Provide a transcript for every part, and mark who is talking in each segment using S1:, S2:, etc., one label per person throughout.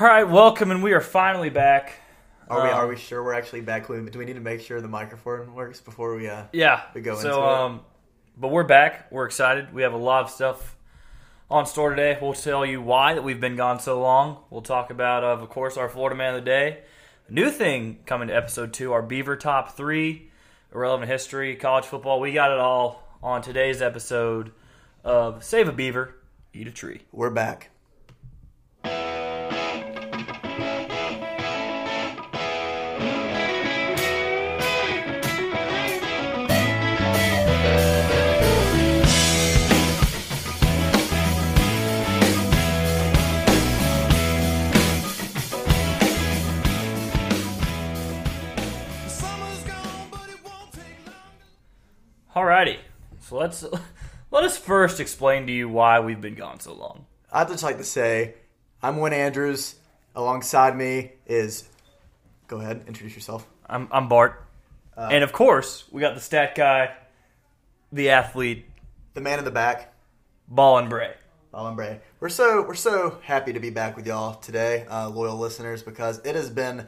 S1: All right, welcome, and we are finally back.
S2: Are we
S1: Um,
S2: are we sure we're actually back? We- Do we need to make sure the microphone works before we? Uh,
S1: Yeah.
S2: We go
S1: so,
S2: into it.
S1: um, but we're back. We're excited. We have a lot of stuff on store today. We'll tell you why that we've been gone so long. We'll talk about, of course, our Florida Man of the Day. A new thing coming to episode two: our Beaver Top Three, irrelevant history, college football. We got it all on today's episode of Save a Beaver, Eat a Tree.
S2: we're back.
S1: Alrighty. So let's let us first explain to you why we've been gone so long.
S2: I'd just like to say, I'm Win Andrews. Alongside me is, go ahead, introduce yourself.
S1: I'm, I'm Bart. and of course, we got the stat guy, the athlete,
S2: The man in the back,
S1: Ball and Bray.
S2: Alan Bray. We're so we're so happy to be back with y'all today, uh, loyal listeners, because it has been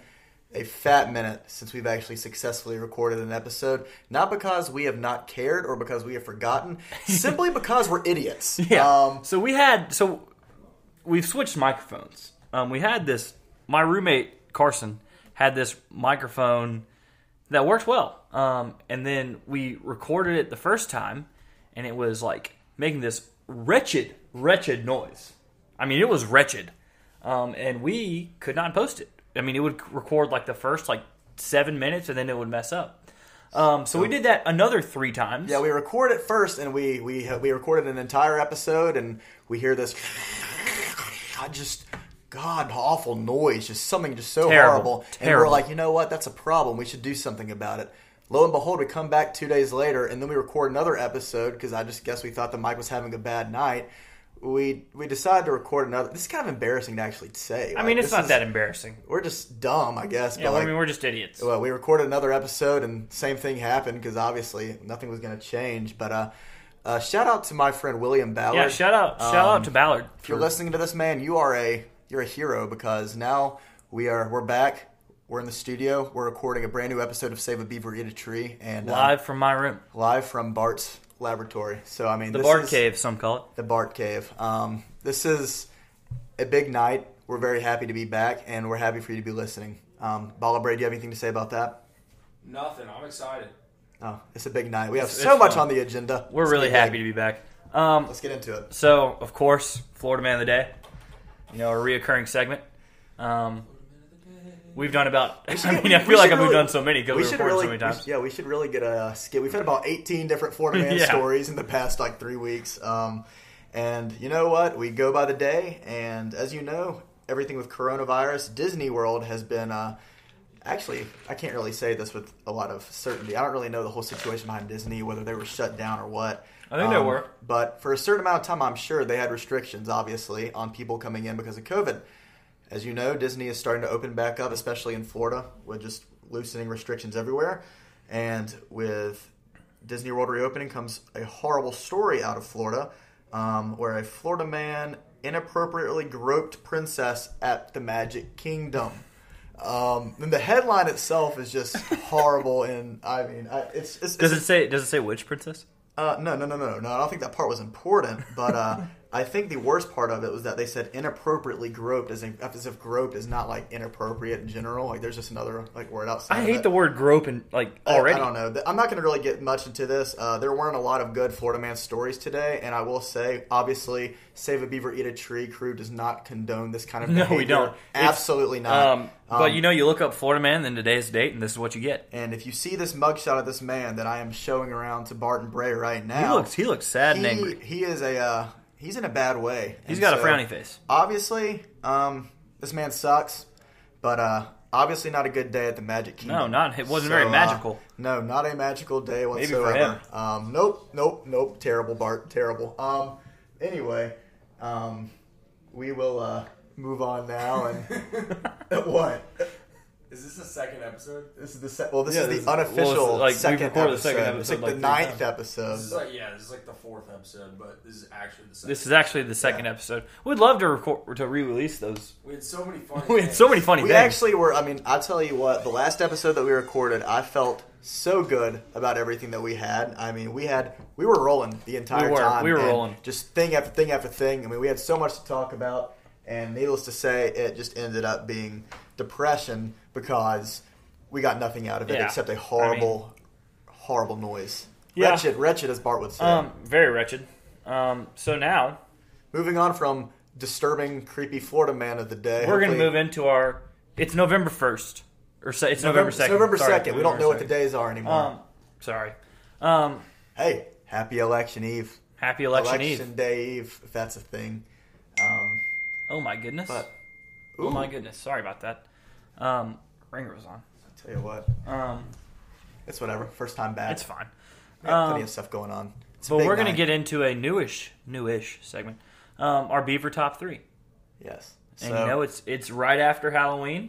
S2: a fat minute since we've actually successfully recorded an episode. Not because we have not cared or because we have forgotten, simply because we're idiots. Um,
S1: so we had so we've switched microphones. Um, we had this. My roommate Carson had this microphone that worked well. Um, and then we recorded it the first time, and it was like making this wretched, wretched noise. I mean, it was wretched. Um, and we could not post it. I mean, it would record like the first like seven minutes, and then it would mess up. Um, so we did that another three times.
S2: Yeah, we record it first, and we we we recorded an entire episode, and we hear this. God, just God, awful noise, just something just so
S1: Terrible.
S2: horrible, and
S1: Terrible.
S2: we're like, you know what? That's a problem. We should do something about it. Lo and behold, we come back two days later, and then we record another episode because I just guess we thought that Mike was having a bad night. We we decided to record another. This is kind of embarrassing to actually say.
S1: I mean, it's not that embarrassing.
S2: We're just dumb, I guess.
S1: Yeah,
S2: but like,
S1: I mean, we're just idiots.
S2: well, uh, we recorded another episode, and same thing happened because obviously nothing was going to change. But uh, uh, shout out to my friend William Ballard.
S1: Yeah, shout out, shout out to Ballard.
S2: um, If you're listening to this, man, you are a you're a hero because now we are we're back. We're in the studio. We're recording a brand new episode of Save a Beaver, Eat a Tree, and uh,
S1: live from my room,
S2: live from Bart's laboratory. So I mean,
S1: the
S2: this
S1: Bard
S2: is-
S1: Cave, some call it.
S2: the Bart Cave. Um, this is a big night. We're very happy to be back, and we're happy for you to be listening. Um, Ballabray, do you have anything to say about that?
S3: Nothing. I'm excited.
S2: Oh, it's a big night. We have
S1: It's-
S2: so
S1: it's
S2: much
S1: fun.
S2: on the agenda.
S1: We're
S2: It's
S1: really
S2: gonna be
S1: happy
S2: big.
S1: to be back. Um,
S2: Let's get into it.
S1: so of course, Florida Man of the Day, you know, a reoccurring segment. Um, we've done about. I mean, I
S2: we
S1: feel like
S2: should
S1: I've
S2: really-
S1: done so many because we,
S2: should
S1: recorded
S2: really,
S1: so many
S2: we
S1: times.
S2: should- yeah, we should really get a skit. We've had about 18 different Florida man
S1: Yeah.
S2: stories in the past like three weeks. Um, and you know what? We go by the day, and as you know, everything with coronavirus, Disney World has been. Uh, Actually, I can't really say this with a lot of certainty. I don't really know the whole situation behind Disney, whether they were shut down or what. Um,
S1: I think they were.
S2: But for a certain amount of time, I'm sure they had restrictions, obviously, on people coming in because of COVID. As you know, Disney is starting to open back up, especially in Florida, with just loosening restrictions everywhere. And with Disney World reopening comes a horrible story out of Florida um, where a Florida man inappropriately groped princess at the Magic Kingdom. Um, and the headline itself is just horrible, and I mean, I, it's, it's,
S1: Does
S2: it's
S1: it say? Does it say witch princess?
S2: uh, no, no, no, no, no. I don't think that part was important, but uh, I think the worst part of it was that they said inappropriately groped, as if, as if groped is not like inappropriate in general. Like there's just another like word outside.
S1: I
S2: of
S1: hate
S2: it.
S1: the word groping. Like
S2: Uh, I-
S1: already.
S2: I, don't know. Th- I'm not going to really get much into this. Uh, there weren't a lot of good Florida Man stories today, and I will say, obviously, Save a Beaver, Eat a Tree crew does not condone this kind of
S1: No,
S2: behavior.
S1: we don't. It's-
S2: Absolutely not.
S1: Um, but
S2: Um,
S1: you know, you look up Florida Man, then today's date, and this is what you get.
S2: and if you see this mugshot of this man that I am showing around to Barton Bray right
S1: He
S2: now,
S1: looks. He looks sad and
S2: he,
S1: angry.
S2: he is a uh, he's in a bad way.
S1: He's
S2: And
S1: got a
S2: so,
S1: frowny face.
S2: Obviously, um, this man sucks, but uh, obviously not a good day at the Magic Kingdom.
S1: No, not- it wasn't
S2: So,
S1: very
S2: uh,
S1: magical.
S2: no, not a magical day
S1: for
S2: whatsoever.
S1: him.
S2: Um, nope, nope, nope. Terrible, Bart. Terrible. Um, anyway, um, we will uh, move on now and what?
S3: Is this the second episode?
S2: This is the se- well. This
S1: Yeah,
S2: is
S1: this-
S2: the
S1: well, it's
S2: unofficial
S1: like, we
S2: second,
S1: recorded
S2: episode.
S1: the second
S2: It's
S1: episode
S2: like,
S1: like
S2: the
S1: three
S2: ninth
S1: times.
S2: episode.
S3: This is like yeah, this is like the fourth episode, but this is actually the second.
S1: This is actually the second episode. We'd love to record to re-release those.
S3: we had so many fun.
S1: We had so many funny
S2: we
S1: things.
S2: actually were. I mean, I tell you what. The last episode that we recorded, I felt so good about everything that we had. I mean, we had we were rolling the entire
S1: were.
S2: time.
S1: We were
S2: and
S1: rolling.
S2: just thing after thing after thing. I mean, we had so much to talk about, and needless to say, it just ended up being depression because we got nothing out of it
S1: Yeah.
S2: except a horrible, horrible noise.
S1: Yeah.
S2: Wretched, wretched, as Bart would say.
S1: um, very wretched. Um, so now
S2: Moving on from disturbing, creepy Florida man of the day.
S1: we're going to
S2: hopefully-
S1: move into our. It's November first, or se- it's November
S2: It's
S1: second.
S2: November second. We don't know what the
S1: day.
S2: days are anymore.
S1: Um, sorry. Um,
S2: hey, happy election eve.
S1: happy election, eve.
S2: day eve, if that's a thing. Um,
S1: Oh my goodness.
S2: but
S1: oh my
S2: ooh,
S1: goodness. Sorry about that. Um, ringer was on.
S2: I tell you what,
S1: Um,
S2: it's whatever. First time back.
S1: it's fine.
S2: We got plenty
S1: um,
S2: of stuff going on. It's a
S1: But
S2: big
S1: we're going to
S2: night.
S1: get into a newish, newish segment. Um, our Beaver top three,
S2: yes.
S1: and
S2: So
S1: you know it's it's right after Halloween.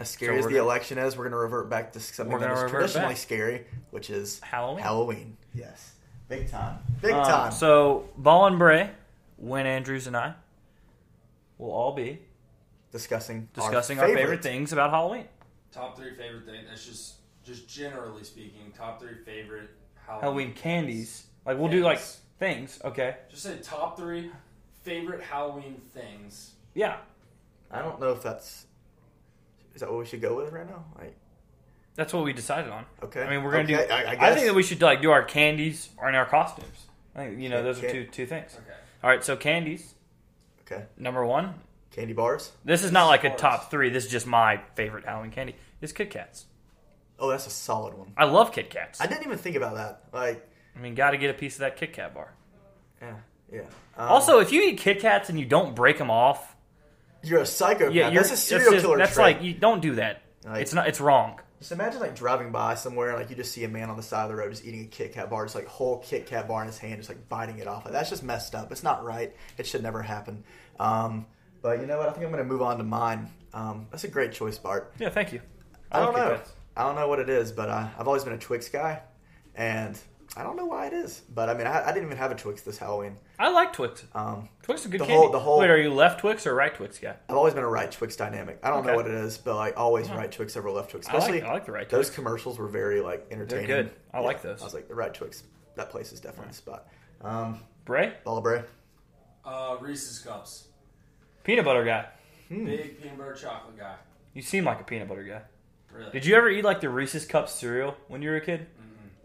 S2: as scary
S1: so
S2: as
S1: we're
S2: the
S1: gonna-
S2: election is, we're going to revert back to something
S1: We're
S2: that
S1: gonna
S2: is
S1: revert
S2: traditionally
S1: back.
S2: scary, which is
S1: Halloween.
S2: Halloween. Yes, big time, big
S1: Um,
S2: time.
S1: So Ball and Bray, Win Andrews and I will all be
S2: discussing
S1: discussing our favorite, things about Halloween.
S3: top three favorite thing. That's just just generally speaking, top three favorite Halloween.
S1: Halloween candies. Like we'll do like
S3: Things.
S1: things. Okay.
S3: Just say top three favorite Halloween things.
S1: Yeah.
S2: I don't know if that's is that what we should go with right now. Like,
S1: That's what we decided on.
S2: Okay.
S1: I mean, we're gonna
S2: Okay,
S1: do.
S2: I- I
S1: I,
S2: guess.
S1: think that we should like do our candies or in our costumes. I think you know
S2: Okay,
S1: those are
S2: okay.
S1: two two things.
S3: Okay.
S1: All right, so candies
S2: okay,
S1: number one.
S2: candy bars.
S1: This is not like a
S3: Of course.
S1: top three. This is just my favorite Halloween candy. It's Kit Kats.
S2: Oh, that's a solid one.
S1: I love Kit Kats.
S2: I
S1: I,
S2: didn't even think about that. Like,
S1: mean, got to get a piece of that Kit Kat bar.
S2: yeah, yeah. Um,
S1: also, if you eat Kit Kats and you don't break them off,
S2: You're a psychopath.
S1: yeah, you're,
S2: that's a serial
S1: just-
S2: killer.
S1: That's
S2: trait.
S1: like you don't do that.
S2: Like-
S1: it's not. It's wrong.
S2: just imagine like driving by somewhere and like you just see a man on the side of the road just eating a Kit Kat bar, just like whole Kit Kat bar in his hand, just like biting it off. Like, that's just messed up. It's not right. It should never happen. Um, but you know what? I think I'm gonna move on to mine. Um, that's a great choice, Bart.
S1: Yeah, thank you.
S2: I
S1: love
S2: don't
S1: Kit
S2: know.
S1: Kats.
S2: I don't know what it is, but uh, I've always been a Twix guy, and I don't know why it is. But I mean, I, I didn't even have a Twix this Halloween.
S1: I like Twix.
S2: Um,
S1: Twix is a good
S2: the
S1: candy.
S2: whole- the whole-
S1: Wait, are you left Twix or right Twix guy?
S2: I've always been a right Twix dynamic. I don't
S1: Okay.
S2: know
S1: Uh-huh.
S2: what it is, but like always right Twix over left Twix.
S1: I like-
S2: Especially
S1: I like the right
S2: Those
S1: Twix.
S2: commercials were very like entertaining.
S1: good. I like those.
S2: I was like the right Twix. That place is definitely the spot. Um,
S1: Bray,
S2: Ballabray.
S3: Uh, Reese's cups.
S1: peanut butter guy. Hmm.
S3: Big peanut butter chocolate guy.
S1: You seem like a peanut butter guy.
S3: Really.
S1: Did you ever eat like the Reese's Cup cereal when you were a kid?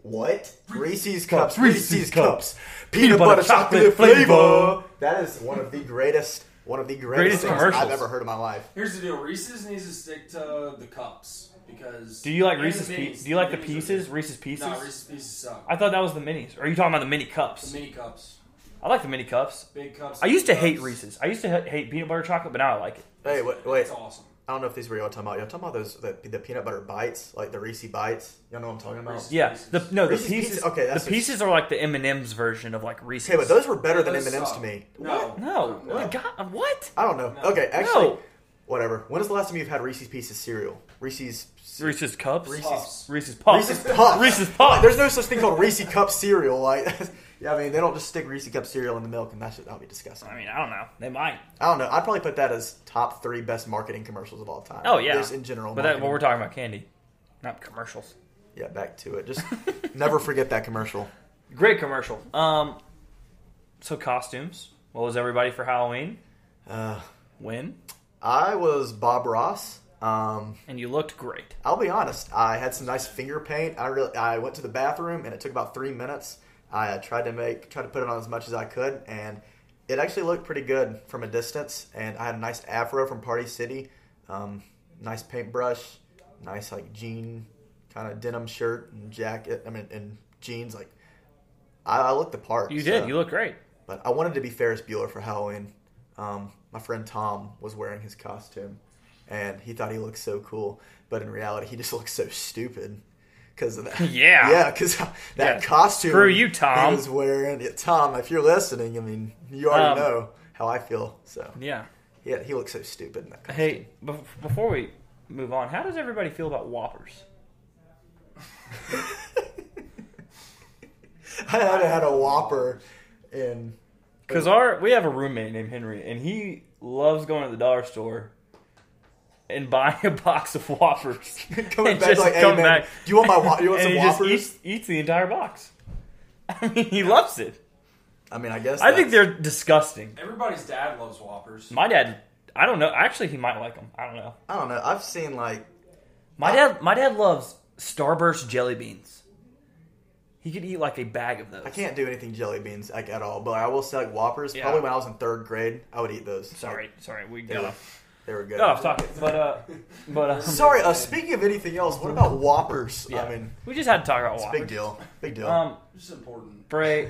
S2: What? Reese's cups.
S1: Reese's
S2: Reese's
S1: cups.
S2: cups. Peanut butter chocolate flavor.
S1: flavor.
S2: That is one of the greatest. One of the greatest,
S1: Greatest
S2: things I've
S1: commercials.
S2: ever heard in my life.
S3: Here's the deal. Reese's needs to stick to the cups because.
S1: Do you like
S3: and
S1: Reese's?
S3: the
S1: Pe-
S3: minis.
S1: do you like the
S3: minis are
S1: pieces?
S3: good.
S1: Reese's pieces?
S3: No, Reese's pieces suck.
S1: I thought that was the minis. Or are you talking about the mini cups?
S3: the mini cups,
S1: I like the mini cups.
S3: big cups.
S1: I used to
S3: mini
S1: hate
S3: cups.
S1: Reese's. I used to ha- hate peanut butter chocolate, but now I like it.
S2: Hey, wait, wait.
S3: It's awesome.
S2: I don't know if these were y'all talking about. Y'all talking about those the, the peanut butter bites, like the Reese bites. Y'all know what I'm talking about.
S3: Reese's.
S1: Yeah, the no the
S2: Reese's
S1: pieces.
S2: pieces? Okay, that's
S1: the
S2: just-
S1: pieces are like the M and M's version of like Reese's.
S2: Okay, but those were better than M
S3: Those
S2: and M's
S3: suck.
S2: to me.
S3: No,
S1: No, the God, uh, what?
S2: I don't know.
S3: No.
S2: Okay, Oh, actually,
S1: No.
S2: whatever. When is the last time you've had Reese's Pieces cereal? Reese's
S1: Reese's cups.
S2: Reese's-
S3: Puffs.
S1: Reese's puffs.
S2: Reese's Puffs.
S1: Reese's
S2: Like,
S1: puffs.
S2: there's no such thing called Reese Cup cereal. Like, yeah, I mean, they don't just stick Reese Cup cereal in the milk, and that should that'll be disgusting.
S1: I mean, I don't know. They might.
S2: I don't know. I'd probably put that as top three best marketing commercials of all time.
S1: Oh yeah.
S2: just in general.
S1: But that,
S2: marketing.
S1: well, we're talking about candy, not commercials.
S2: yeah, back to it. Just never forget that commercial.
S1: Great commercial. Um, so costumes. What was everybody for Halloween?
S2: Uh,
S1: When?
S2: I was Bob Ross. Um,
S1: And you looked great.
S2: I'll be honest. I had some nice finger paint. I really, I went to the bathroom and it took about three minutes. I uh, tried to make, tried to put it on as much as I could, and it actually looked pretty good from a distance. And I had a nice afro from Party City, um, nice paintbrush, nice like jean kind of denim shirt and jacket. I mean, and jeans. Like, I, I looked the part.
S1: You
S2: so-
S1: did. You looked great.
S2: But I wanted to be Ferris Bueller for Halloween. Um, my friend Tom was wearing his costume, and he thought he looked so cool. But in reality, he just looked so stupid because of that.
S1: Yeah.
S2: yeah, because that
S1: Yeah.
S2: costume.
S1: Screw you, Tom.
S2: He was wearing it. Tom, if you're listening, I mean, you
S1: Um,
S2: already know how I feel. So
S1: Yeah.
S2: yeah, he looked so stupid in that costume.
S1: Hey, bef- before we move on, how does everybody feel about Whoppers?
S2: I had had a Whopper in.
S1: Because our we have a roommate named Henry, and he loves going to the dollar store and buying a box of Whoppers.
S2: Coming
S1: and
S2: back like, "Hey, man, do you want my Who- do you want
S1: and
S2: some
S1: he just
S2: Whoppers?"
S1: eats, eats the entire box. I mean, he loves it.
S2: I mean, I guess.
S1: I think
S2: that's-
S1: they're disgusting.
S3: Everybody's dad loves Whoppers.
S1: My dad, I don't know. Actually, he might like them. I don't know.
S2: I don't know. I've seen like.
S1: My dad, my dad loves Starburst jelly beans. He could eat like a bag of those.
S2: I can't do anything jelly beans like at all, but I will say like Whoppers.
S1: Yeah.
S2: Probably when I was in third grade, I would eat those.
S1: Sorry, sorry, we
S2: They
S1: got
S2: were,
S1: off.
S2: they were good.
S1: Got off topic, but uh, but um,
S2: Sorry. Uh, speaking of anything else, what about Whoppers?
S1: yeah.
S2: I mean,
S1: we just had to talk about
S2: it's a
S1: Whoppers.
S2: big deal. Big deal.
S1: Um,
S3: It's important.
S1: Bray,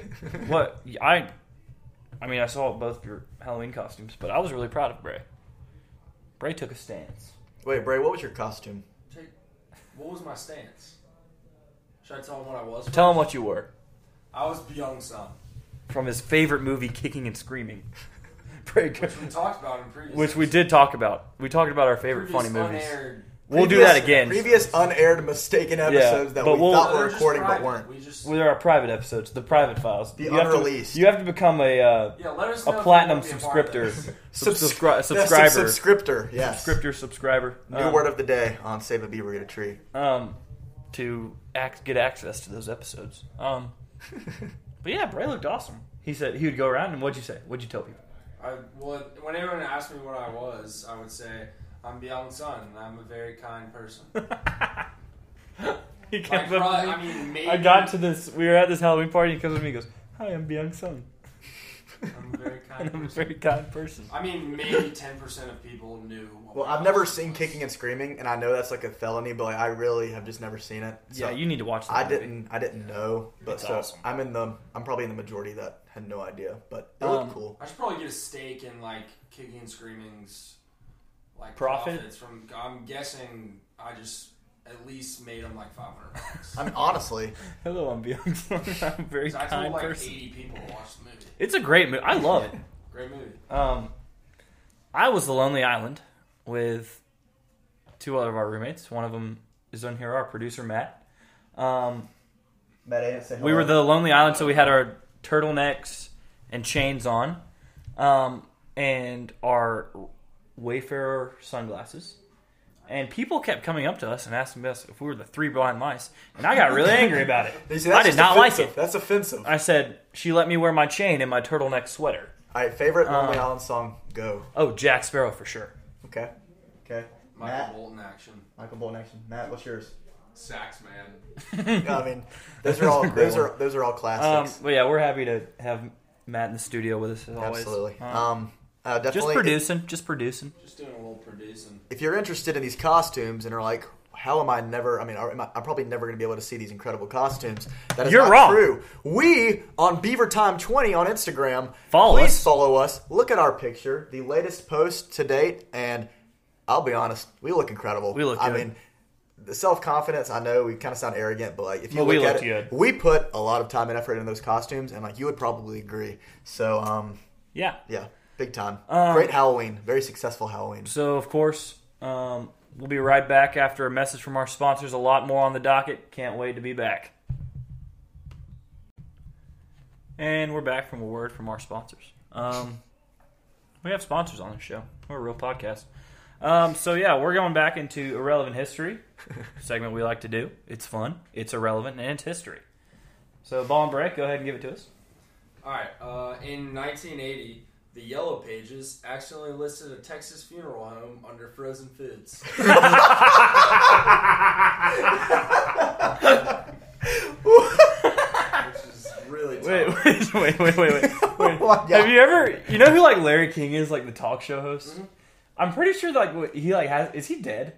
S1: what I, I mean, I saw both your Halloween costumes, but I was really proud of Bray. Bray took a stance.
S2: Wait, Bray, what was your costume?
S3: Take, what was my stance? Should I tell him what I was?
S1: Tell him what you were
S3: I was Byung Sun,
S1: from his favorite movie, Kicking and Screaming. Bray,
S3: which we talked about in previous.
S1: which we did talk about. We talked about our favorite funny
S3: previous
S1: movies.
S3: unaired-
S1: We'll do
S2: Previous-
S1: that again.
S2: Previous unaired mistaken episodes that
S1: but
S2: we
S1: we'll- uh,
S2: thought
S3: They're
S2: were
S3: just
S2: recording but
S3: private.
S2: weren't.
S3: We just
S1: Well, there are private episodes, the private files.
S2: The
S1: you have to-
S2: unreleased.
S1: you have to become a uh,
S3: yeah. Let us know if
S1: a
S3: you
S1: platinum
S3: wanna be a part of
S1: subscriptor,
S3: this.
S1: Sub-
S2: Subs-
S1: subscri-
S2: yeah, sub-
S1: subscriber,
S2: subscriptor, yes.
S1: subscriptor, subscriber.
S2: New
S1: um,
S2: word of the day on Save a Beaver Get a Tree.
S1: um, to act, get access to those episodes. Um, but yeah, Bray looked awesome. He said he would go around and what'd you say? What'd you tell people?
S3: I well, when everyone asked me what I was, I would say I'm Byung Sun, and I'm a very kind person.
S1: he
S3: Like,
S1: kept
S3: probably,
S1: up.
S3: I mean, maybe
S1: I got to this. We were at this Halloween party. and He comes up to me. and goes, "Hi, I'm Byung Sun,
S3: I'm a very kind.
S1: and I'm a
S3: person.
S1: very kind person."
S3: I mean, maybe ten percent of people knew. what
S2: Well,
S3: my
S2: I've never
S3: house
S2: seen
S3: was.
S2: Kicking and Screaming, and I know that's like a felony, but like, I really have just never seen it. So
S1: yeah, you need to watch. That
S2: I
S1: movie.
S2: didn't. I didn't know, but
S1: It's
S2: so
S1: awesome.
S2: I'm in the. I'm probably in the majority that had no idea, but it looked
S1: Um,
S2: cool.
S3: I should probably get a stake in like kicking and screamings, like
S1: Profit?
S3: profits from. I'm guessing I just at least made them like 500 bucks.
S2: I mean, honestly,
S1: Hello, I'm Byung Sun. I'm a very
S3: 'Cause I told
S1: kind
S3: like
S1: person.
S3: 80 people to watch the movie.
S1: It's a great movie. I love it.
S3: Great movie.
S1: Um, I was the Lonely Island with two other of our roommates. One of them is on here, our producer Matt. Um,
S2: Matt Ant said
S1: we were the Lonely Island, so we had our turtlenecks and chains on, um, and our Wayfarer sunglasses. And people kept coming up to us and asking us if we were the three blind mice, and I got really angry about it.
S2: You see,
S1: I
S2: that's
S1: did
S2: just
S1: not like
S2: offensive.
S1: it.
S2: That's offensive.
S1: I said she let me wear my chain and my turtleneck sweater.
S2: All right, favorite Lonely
S1: Um,
S2: Island song? Go.
S1: Oh, Jack Sparrow for sure.
S2: Okay. Okay.
S3: Michael
S2: Matt.
S3: Bolton action.
S2: Michael Bolton action. Matt, what's yours?
S4: Sax man.
S2: I mean, those are all those are those are all
S1: Um,
S2: classics.
S1: but yeah, we're happy to have Matt in the studio with us as always.
S2: Absolutely.
S1: Um,
S2: Um, uh,
S1: just
S2: definitely.
S1: producing, just producing.
S3: Just doing a little producing.
S2: if you're interested in these costumes and are like, how am I never? I mean, are, am I, I'm probably never going to be able to see these incredible costumes. That is
S1: You're
S2: not
S1: wrong.
S2: true. We on Beaver Time 20 on Instagram.
S1: Follow
S2: please
S1: us.
S2: follow us. Look at our picture, the latest post to date, and I'll be honest, we look incredible.
S1: We look
S2: I
S1: good.
S2: mean, the self confidence. I know we kind of sound arrogant, but like if you
S1: But
S2: look
S1: we
S2: at
S1: looked good.
S2: it, we put a lot of time and effort in those costumes, and like you would probably agree. So, um,
S1: Yeah.
S2: yeah, big time.
S1: Uh,
S2: Great Halloween. Very successful Halloween.
S1: So of course, um, we'll be right back after a message from our sponsors. A lot more on the docket. Can't wait to be back. And we're back from a word from our sponsors. Um, we have sponsors on this show. We're a real podcast. Um, so yeah, we're going back into irrelevant history segment we like to do. It's fun, it's irrelevant, and it's history. So ball and break, go ahead and give it to us.
S3: All right. Uh, in 1980, the Yellow Pages accidentally listed a Texas funeral home under frozen foods. Which is really tough.
S1: Wait, wait, wait, wait, wait, wait. wait.
S2: Oh my God.
S1: Have you ever? You know who like Larry King is, like the talk show host.
S2: Mm-hmm.
S1: I'm pretty sure like what- he like has. Is he dead?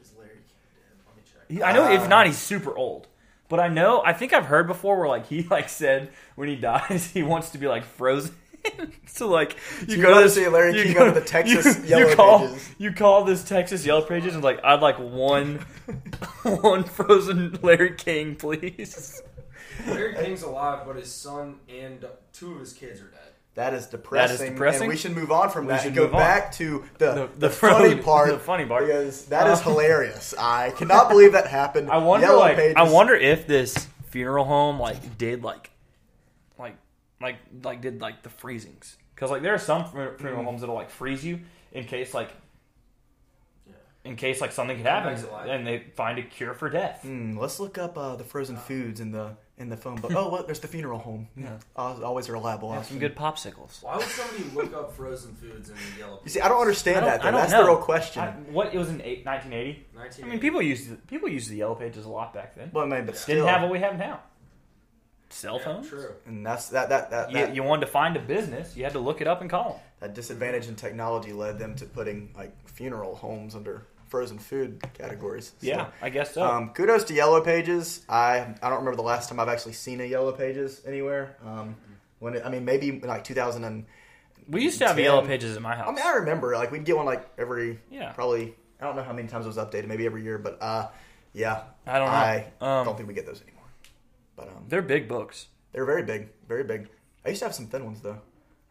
S3: Is Larry King dead? Let me check.
S1: He, I know
S2: Uh.
S1: if not, he's super old. But I know. I think I've heard before where like he like said when he dies he wants to be like frozen. so like you,
S2: you
S1: go
S2: wanna
S1: to this-
S2: see Larry
S1: you
S2: King
S1: go-
S2: on the Texas
S1: you,
S2: Yellow
S1: you call,
S2: Pages.
S1: You call this Texas Yellow Pages and like I'd like one one frozen Larry King, please.
S3: Larry King's alive, but his son and two of his kids are dead.
S2: That is depressing.
S1: depressing.
S2: And we should move on from that
S1: should
S2: and go
S1: move on.
S2: back to the, the,
S1: The- the
S2: funny
S1: funny-
S2: part.
S1: the funny part.
S2: Because that is
S1: Uh,
S2: hilarious. I cannot believe that happened.
S1: I wonder,
S2: Yellow
S1: like,
S2: Pages.
S1: I wonder if this funeral home, like, did like, like, like, like, did like the freezings because like there are some fu-
S3: Mm-hmm.
S1: funeral homes that'll like freeze you in case like, in case like something could happen
S3: Comes back to life.
S1: and they find a cure for
S3: Mm-hmm.
S1: death.
S2: Hmm, let's look up uh, the frozen foods in the in the phone book. oh, what? There's the funeral home.
S1: Yeah.
S2: Uh, always a reliable
S1: Have
S2: option.
S1: some good popsicles.
S3: Why would somebody look up frozen foods in the yellow?
S2: You see, I don't understand
S1: I don't-
S2: that. Though.
S1: I don't
S2: That's the
S1: know.
S2: real question.
S1: I, what it was in eight, 1980. I
S3: 1980.
S1: mean, people used people used the yellow pages a lot back then.
S2: well, I mean, but
S3: Didn't
S2: still,
S1: Didn't have what we have now. Cell
S3: Yeah,
S1: phones.
S3: True.
S2: and that's that that that,
S1: You,
S2: that,
S1: you wanted to find a business, you had to look it up and call them.
S2: that disadvantage in technology led them to putting like funeral homes under frozen food categories. So,
S1: Yeah, I guess so.
S2: Um, kudos to Yellow Pages. I I don't remember the last time I've actually seen a Yellow Pages anywhere. Um, when it, I mean, maybe like 2000 and
S1: we used to have
S2: 10
S1: yellow pages at my house.
S2: I mean, I remember like we'd get one like every
S1: Yeah.
S2: probably I don't know how many times it was updated, maybe every year, but uh, yeah,
S1: I don't know.
S2: I
S1: Um,
S2: don't think we get those anymore. But um,
S1: They're big books.
S2: They're very big, very big. I used to have some thin ones though.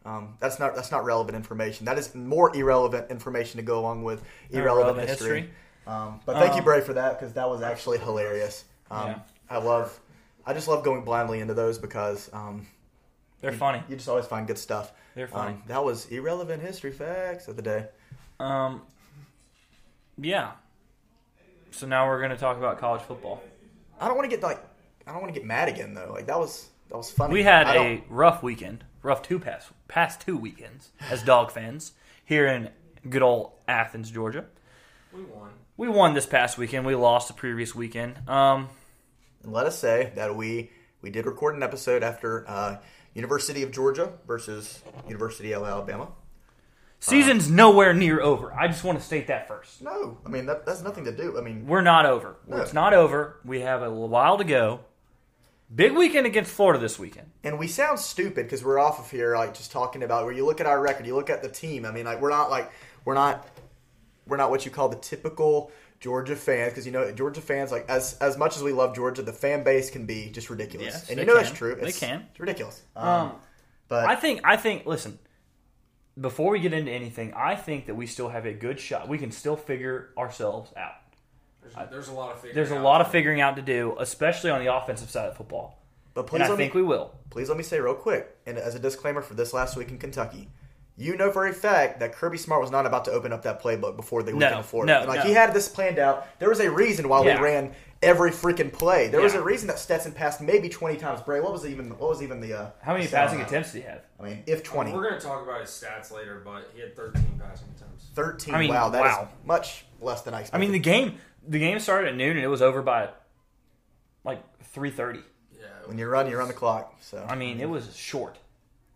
S2: Um, that's not that's not relevant information. That is more irrelevant information to go along with irrelevant
S1: Irrelevant
S2: history.
S1: history.
S2: Um, but thank you,
S1: Um,
S2: Bray, for that because that was actually hilarious. Um,
S1: Yeah.
S2: I love, I just love going blindly into those because um,
S1: They're funny.
S2: you just always find good stuff.
S1: They're
S2: Um,
S1: funny.
S2: that was irrelevant history facts of the day.
S1: Um, yeah. So now we're going to talk about college football.
S2: I don't want to get like I don't want to get mad again though. Like that was that was funny.
S1: We had
S2: I don't-
S1: a rough weekend, rough two past past two weekends as dog fans here in good old Athens, Georgia.
S3: We won.
S1: We won this past weekend. We lost the previous weekend. Um,
S2: And let us say that we we did record an episode after uh, University of Georgia versus University of Alabama.
S1: season's nowhere near over. I just want to state that first.
S2: No, I mean that, that's nothing to do. I mean,
S1: We're not over.
S2: No.
S1: It's not over. We have a little while to go. Big weekend against Florida this weekend.
S2: and we sound stupid because we're off of here like just talking about where you look at our record, you look at the team. I mean, like we're not like we're not we're not what you call the typical Georgia fan because you know Georgia fans like as as much as we love Georgia, the fan base can be just ridiculous,
S1: Yes,
S2: and
S1: they
S2: you know that's
S1: can.
S2: true.
S1: They can.
S2: it's ridiculous. Um,
S1: Um,
S2: but
S1: I think. I think. Listen, before we get into anything, I think that we still have a good shot. We can still figure ourselves out.
S3: There's, there's a lot of figuring
S1: There's a
S3: out.
S1: lot of figuring out to do, especially on the offensive side of football.
S2: but please
S1: And I
S2: let me
S1: think we will.
S2: please let me say real quick, and as a disclaimer for this last week in Kentucky, you know for a fact that Kirby Smart was not about to open up that playbook before the weekend before.
S1: no,
S2: and like
S1: no.
S2: he had this planned out. There was a reason why
S1: Yeah.
S2: we ran every freaking play. There was
S1: Yeah.
S2: a reason that Stetson passed maybe twenty times. Bray, what was even what was even the uh,
S1: How many
S2: the sound
S1: passing
S2: on that?
S1: attempts do you have?
S2: I mean, if twenty.
S3: We're gonna talk about his stats later, but he had 13 passing attempts.
S2: 13.
S1: I mean,
S2: wow, that is
S1: wow.
S2: much less than I
S1: I
S2: expected.
S1: mean, the game. The game started at noon and it was over by like three thirty.
S3: Yeah.
S2: when you run, you run the clock. So
S1: I mean, it was short.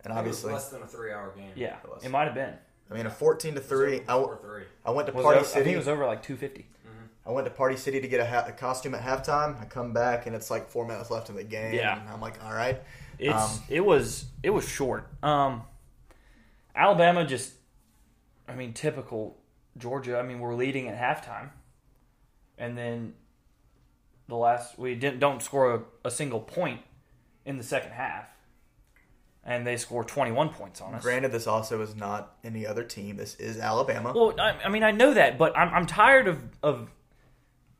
S2: and
S3: it was
S2: obviously,
S3: less than a three-hour game.
S1: Yeah,
S2: It was.
S1: it might have been.
S2: I mean, a fourteen to three. I,
S3: Four
S2: w-
S3: three.
S2: I went to
S1: Was it
S2: Party
S1: over- I
S2: City.
S1: think it was over like two fifty.
S2: I went to Party City to get a, ha- a costume at halftime. I come back and it's like four minutes left in the game.
S1: Yeah.
S2: and I'm like, all right.
S1: It's
S2: Um,
S1: it was it was short. Um, Alabama just, I mean, typical Georgia. I mean, we're leading at halftime, and then the last we didn't don't score a, a single point in the second half, and they score twenty one points on us.
S2: Granted, this also is not any other team. This is Alabama.
S1: Well, I, I mean, I know that, but I'm, I'm tired of of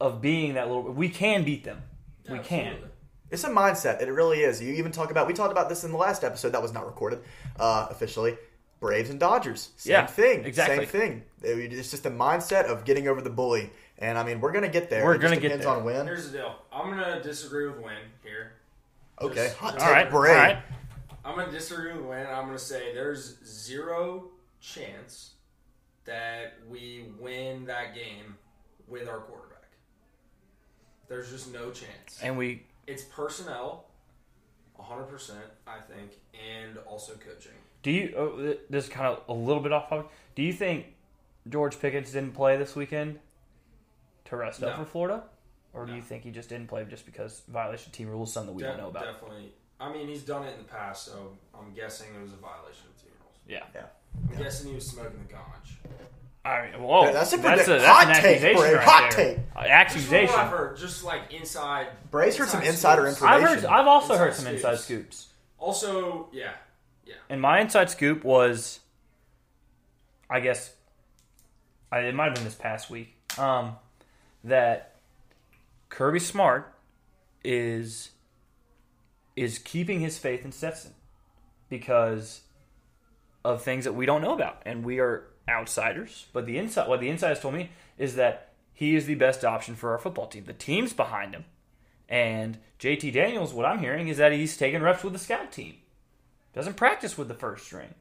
S1: of being that little. We can beat them. we can.
S3: Absolutely.
S2: it's a mindset. It really is. You even talk about. We talked about this in the last episode that was not recorded uh, officially. Braves and Dodgers, same
S1: Yeah,
S2: thing.
S1: exactly.
S2: Same thing. It- It's just the mindset of getting over the bully. And I mean, we're gonna get there.
S1: We're
S2: It just
S1: gonna get
S2: depends
S1: there.
S2: on when.
S3: Here's the deal. I'm gonna disagree with Wayne here.
S2: Okay,
S3: Just-
S2: hot
S3: All
S2: take.
S1: All right,
S2: Brave.
S1: all right.
S3: I'm gonna disagree with Wayne. and I'm gonna say there's zero chance that we win that game with our quarterback. There's just no chance.
S1: And we
S3: It's personnel, 100%, I think, and also coaching.
S1: Do you? Oh, th- this is kind of a little bit off topic. Do you think George Pickens didn't play this weekend to rest up
S3: No.
S1: for Florida, or do
S3: No.
S1: you think he just didn't play just because violation of team rules, something that we
S3: De-
S1: don't know about?
S3: Definitely. I mean, he's done it in the past, so I'm guessing it was a violation of team rules.
S1: Yeah.
S3: I'm guessing he was smoking the garbage.
S1: All right. Whoa.
S2: Yeah, that's a predict-
S1: an
S2: hot take,
S1: accusation
S2: Brad.
S1: right
S2: Hot
S1: there.
S2: take.
S1: Uh,
S3: Just, from
S1: accusation.
S3: what I've heard, just like inside.
S2: Braves heard some
S3: inside
S2: insider
S3: scoops.
S2: information.
S1: I've heard. I've also
S3: Inside
S1: heard some inside
S3: scoops.
S1: scoops.
S3: Also, yeah. Yeah.
S1: And my inside scoop was, I guess, I, it might have been this past week, um, that Kirby Smart is is keeping his faith in Stetson because of things that we don't know about, and we are outsiders. But the inside, what the insiders told me is that he is the best option for our football team. The team's behind him, and JT Daniels. What I'm hearing is that he's taking reps with the scout team, doesn't practice with the first string.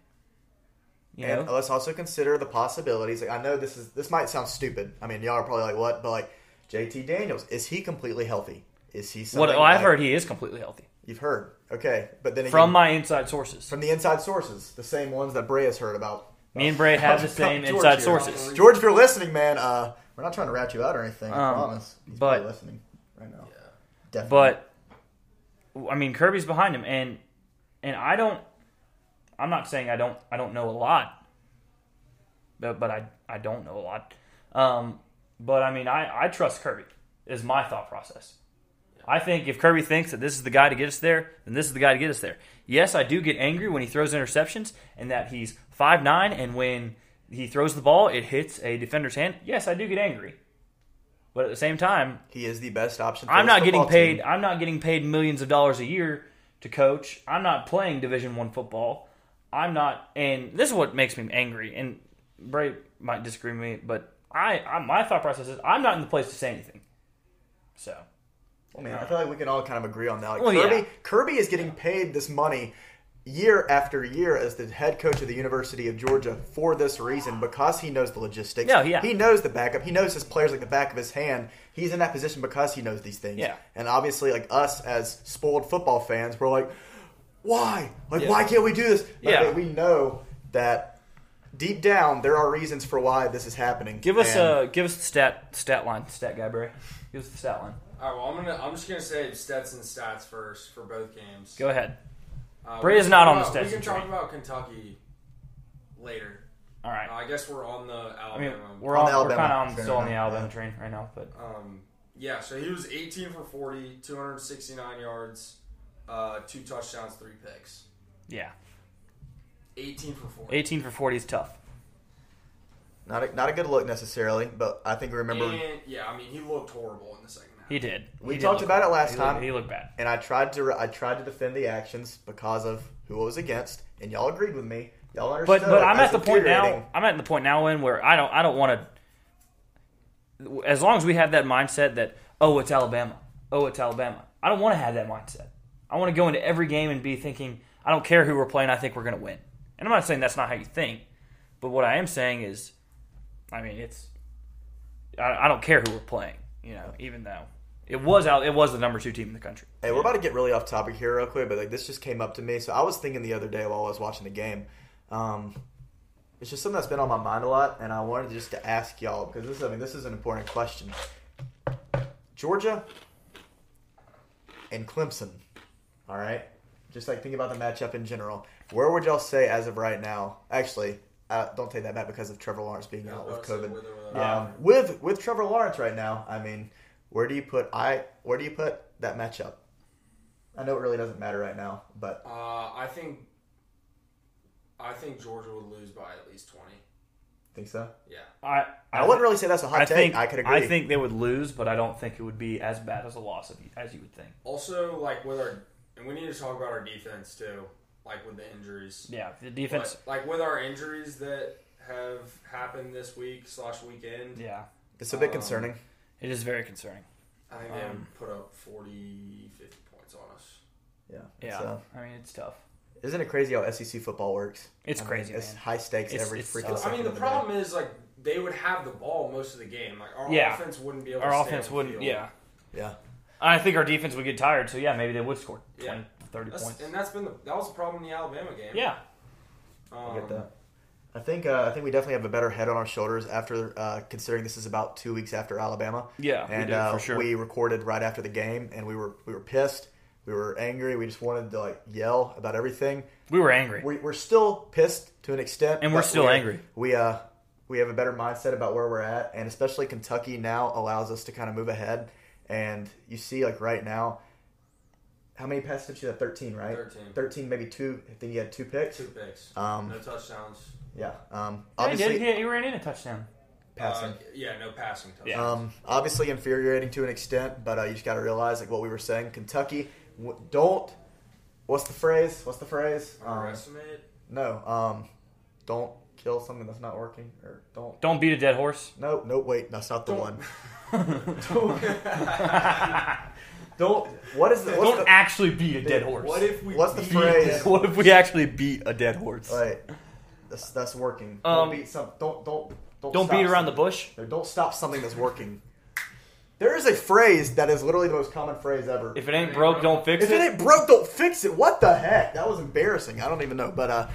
S1: You
S2: And
S1: know,
S2: let's also consider the possibilities. Like, I know this is this might sound stupid. I mean, y'all are probably like, "What?" But like, JT Daniels is he completely healthy? Is he?
S1: what
S2: Something
S1: well, I've
S2: like-
S1: heard, he is completely healthy
S2: You've heard. Okay, but then
S1: from
S2: again,
S1: my inside sources.
S2: from the inside sources, the same ones that Bray has heard about.
S1: Me and Bray have the same
S2: George
S1: inside
S2: here.
S1: sources.
S2: George, if you're listening, man, uh, we're not trying to rat you out or anything. I
S1: Um,
S2: promise. He's
S1: but-
S2: probably listening right now.
S3: Yeah.
S2: Definitely.
S1: But I mean, Kirby's behind him, and and I don't. I'm not saying I don't. I don't know a lot, but but I I don't know a lot. Um, but I mean, I I trust Kirby. Is my thought process. I think if Kirby thinks that this is the guy to get us there, then this is the guy to get us there. Yes, I do get angry when he throws interceptions and that he's five nine, and when he throws the ball, it hits a defender's hand. Yes, I do get angry. But at the same time,
S2: he is the best option. For
S1: I'm
S2: this
S1: not getting
S2: football team.
S1: paid. I'm not getting paid millions of dollars a year to coach. I'm not playing Division One football. I'm not, and this is what makes me angry. And Bray might disagree with me, but I, I my thought process is I'm not in the place to say anything. So
S2: I mean, Oh, I feel like we can all kind of agree on that. Like,
S1: Well,
S2: Kirby,
S1: yeah.
S2: Kirby is getting paid this money year after year as the head coach of the University of Georgia for this reason because he knows the logistics.
S1: Yeah, yeah.
S2: He knows the backup. He knows his players like the back of his hand. He's in that position because he knows these things.
S1: Yeah.
S2: And obviously, like us as spoiled football fans, we're like, why? Like,
S3: Yeah.
S2: why can't we do this? But
S1: Yeah.
S2: they- we know that deep down there are reasons for why this is happening.
S1: give us
S2: And
S1: uh give us the stat stat line stat guy Bray. Give us the stat line.
S3: All right. Well, I'm gonna. I'm just gonna say Stetson stats first for both games.
S1: Go ahead.
S3: Uh,
S1: Bray
S3: we
S1: is
S3: can
S1: not
S3: talk
S1: on the
S3: about- We
S1: Stetson
S3: can talk
S1: train.
S3: about Kentucky later.
S1: All
S3: Uh,
S1: right.
S3: I guess we're on the Alabama.
S1: I mean, we're
S2: Um, On
S1: on,
S2: the
S1: we're kind
S2: Alabama
S1: of on,
S2: train
S1: still on
S2: right
S1: the
S2: now,
S1: Alabama
S2: yeah.
S1: train right now, but
S3: Um, yeah, so he was 18 for 40, 269 yards, uh, two touchdowns, three picks.
S1: yeah,
S3: 18 for 40.
S1: 18 for 40 is tough.
S2: not a, not a good look necessarily, but I think we remember.
S3: And, yeah, I mean, he looked horrible in the second half.
S1: He did.
S2: We
S1: He did
S2: talked
S1: look
S2: about it
S1: bad.
S2: last
S1: He looked-
S2: time.
S1: he looked bad.
S2: and I tried to I tried to defend the actions because of who I was against, and y'all agreed with me. Y'all understood.
S1: but but I'm
S2: That's
S1: at the point
S2: infuriating.
S1: now. I'm at the point now in where I don't I don't want to. As long as we have that mindset that oh it's Alabama, oh it's Alabama, I don't want to have that mindset. I want to go into every game and be thinking I don't care who we're playing. I think we're going to win. And I'm not saying that's not how you think, but what I am saying is, I mean it's. I, I don't care who we're playing. You know, even though it was out, it was the number two team in the country.
S2: Hey, we're about to get really off topic here, real quick, but like this just came up to me. So I was thinking the other day while I was watching the game. Um, it's just something that's been on my mind a lot, and I wanted just to ask y'all because this I mean this is an important question. Georgia and Clemson. All right, just like think about the matchup in general. Where would y'all say as of right now? Actually, uh, don't take that back because of Trevor Lawrence being out with
S3: Whether-
S2: COVID.
S3: whether- whether-
S1: Yeah.
S2: Um, with with Trevor Lawrence right now, I mean, where do you put I? Where do you put that matchup? I know it really doesn't matter right now, but
S3: Uh, I think. I think Georgia would lose by at least 20.
S2: think so.
S3: Yeah.
S1: I
S2: I, wouldn't really say that's a hot
S1: I
S2: take.
S1: think
S2: I could agree.
S1: I think they would lose, but I don't think it would be as bad as a loss of- as you would think.
S3: Also, like, with our. And we need to talk about our defense, too. Like, with the injuries.
S1: Yeah, the defense.
S3: But, like, with our injuries that have happened this week slash weekend,
S1: Yeah,
S2: it's a bit
S3: um,
S2: concerning.
S1: it is very concerning.
S3: I think they have
S1: Um,
S3: put up 40, 50 points on us.
S2: Yeah.
S1: Yeah,
S2: So,
S1: I mean it's tough.
S2: isn't it crazy how SEC football works?
S1: It's
S2: I mean,
S1: crazy,
S2: It's
S1: man.
S2: high stakes
S1: It's-
S2: every
S1: it's-
S2: freaking.
S1: I mean,
S3: I mean,
S2: second
S3: the
S2: of day.
S3: problem is like they would have the ball most of the game. Like our
S1: Yeah.
S3: offense wouldn't be able. to
S1: Our
S3: stay
S1: offense
S3: on the
S1: wouldn't.
S3: field.
S1: Yeah,
S2: Yeah.
S1: I think our defense would get tired. So yeah, maybe they would score 20,
S3: Yeah.
S1: 30
S3: That's-
S1: points.
S3: and that's been the that was the problem in the Alabama game.
S1: yeah,
S3: um,
S2: I get that. I think uh, I think we definitely have a better head on our shoulders after uh, considering this is about two weeks after Alabama.
S1: yeah,
S2: and
S1: Oh, we do,
S2: uh,
S1: for sure.
S2: we recorded right after the game, and we were we were pissed. We were angry. We just wanted to like yell about everything.
S1: we were angry.
S2: We, we're still pissed to an extent,
S1: And we're
S2: but
S1: still
S2: we-
S1: angry.
S2: We uh we have a better mindset about where we're at, and especially Kentucky now allows us to kind of move ahead. And you see, like right now, how many passes did you have? Thirteen, right?
S3: 13.
S2: Thirteen, maybe two. I think you had two picks.
S3: Two picks.
S2: Um,
S3: no touchdowns.
S2: Yeah. Um,
S1: Yeah, he
S2: obviously,
S1: did. He, he ran in a touchdown.
S2: passing.
S3: Uh, yeah, no passing touchdowns.
S1: Yeah.
S2: Um, obviously infuriating to an extent, but uh, you just got to realize like what we were saying. Kentucky, w- don't. What's the phrase? What's the phrase? Um,
S3: Underestimate.
S2: no. Um, don't kill something that's not working, or don't.
S1: Don't beat a dead horse.
S2: No, no, wait, that's not the
S3: Don't-
S2: one.
S1: don't
S2: Don't. What is the? What's
S1: don't
S2: the,
S1: actually beat a dead horse.
S3: What if we
S2: What's the
S3: beat
S2: phrase?
S3: them?
S1: What if we actually beat a dead horse?
S2: Like, that's that's working.
S1: Um,
S2: don't beat some. Don't don't don't.
S1: Don't
S2: stop
S1: beat around the
S2: something.
S1: bush.
S2: Or don't stop something that's working. There is a phrase that is literally the most common phrase ever.
S1: If it ain't broke, don't fix
S2: If it ain't broke, don't fix it. What the heck? That was embarrassing. I don't even know. But uh,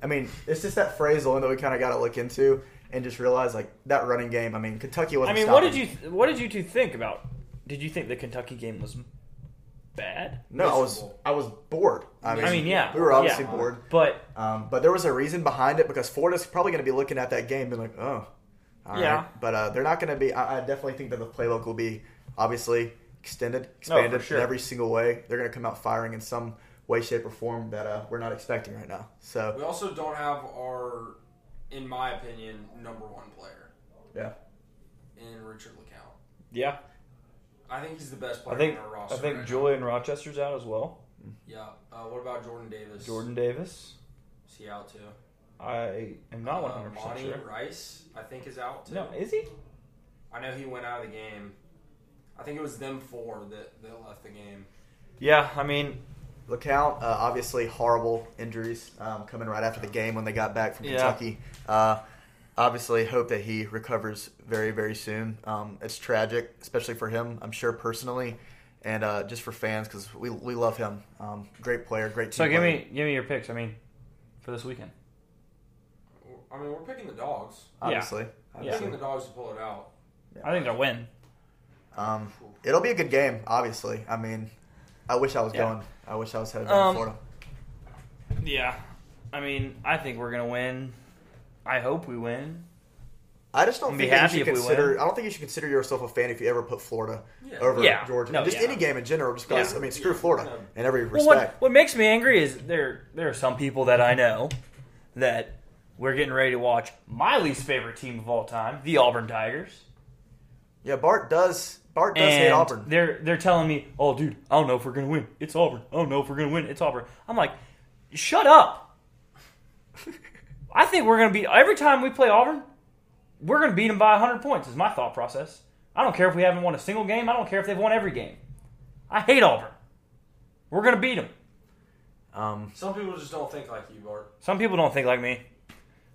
S2: I mean, it's just that phrase alone that we kind of got to look into and just realize like that running game. I mean, Kentucky
S1: I
S2: wasn't.
S1: mean, what
S2: stopping.
S1: did you what did you two think about? Did you think the Kentucky game was bad?
S2: No, I was
S3: Miserable.
S2: I was bored. I mean,
S1: I mean, yeah,
S2: we were obviously
S1: yeah.
S2: bored.
S1: But
S2: Um, but there was a reason behind it because Florida's probably going to be looking at that game and be like, oh, all right.
S1: Yeah.
S2: But uh, they're not going to be. I, I definitely think that the playbook will be obviously extended, expanded
S1: sure.
S2: in every single way. They're going to come out firing in some way, shape, or form that uh, we're not expecting right now. So
S3: We also don't have our, in my opinion, number one player
S2: yeah,
S3: in Richard LeCount.
S1: yeah,
S3: I think he's the best
S1: I
S3: player
S1: think
S3: on our roster.
S1: I think
S3: right
S1: Julian Rochester's out as well.
S3: now. Yeah. Uh, what about Jordan Davis?
S1: Jordan Davis,
S3: Is he out too?
S1: I am not one hundred
S3: Uh,
S1: percent
S3: Monty
S1: sure.
S3: Rice, I think, is out too.
S1: No, is he?
S3: I know he went out of the game. I think it was them four that, that left the game.
S1: Yeah, I mean,
S2: LeCount, uh, obviously horrible injuries um, coming right after the game when they got back from
S1: Yeah.
S2: Kentucky. Uh, obviously, hope that he recovers very, very soon. Um, it's tragic, especially for him, I'm sure personally, and uh, just for fans because we, we love him. Um, great player, great team.
S1: so give
S2: player.
S1: me give me your picks. I mean, for this weekend.
S3: I mean, we're picking the dogs.
S2: obviously.
S1: Yeah.
S3: Picking the dogs to pull it out.
S1: I think they'll win.
S2: Um, it'll be a good game, obviously. I mean, I wish I was
S1: Yeah.
S2: going. I wish I was headed down
S1: Um,
S2: to Florida.
S1: Yeah, I mean, I think we're gonna win. I hope we win.
S2: I just don't
S1: I'd be
S2: think that
S1: happy
S2: you should
S1: if we
S2: consider.
S1: win.
S2: I don't think you should consider yourself a fan if you ever put Florida
S3: Yeah.
S2: over
S1: Yeah.
S2: Georgia.
S1: No,
S2: just
S1: yeah.
S2: any game in general. Just because
S1: Yeah.
S2: I mean, screw
S3: Yeah.
S2: Florida
S3: Yeah.
S2: in every
S1: Well,
S2: respect.
S1: what what makes me angry is there there are some people that I know that we're getting ready to watch my least favorite team of all time, the Auburn Tigers,
S2: yeah, Bart does. Bart does hate
S1: and
S2: Auburn.
S1: they're they're telling me, "Oh, dude, I don't know if we're gonna win. It's Auburn. I don't know if we're gonna win. It's Auburn." I'm like, "Shut up." I think we're gonna beat every time we play Auburn. We're gonna beat them by 100 points. Is my thought process. I don't care if we haven't won a single game. I don't care if they've won every game. I hate Auburn. We're gonna beat them.
S2: Um,
S3: Some people just don't think like you, Bart.
S1: Some people don't think like me.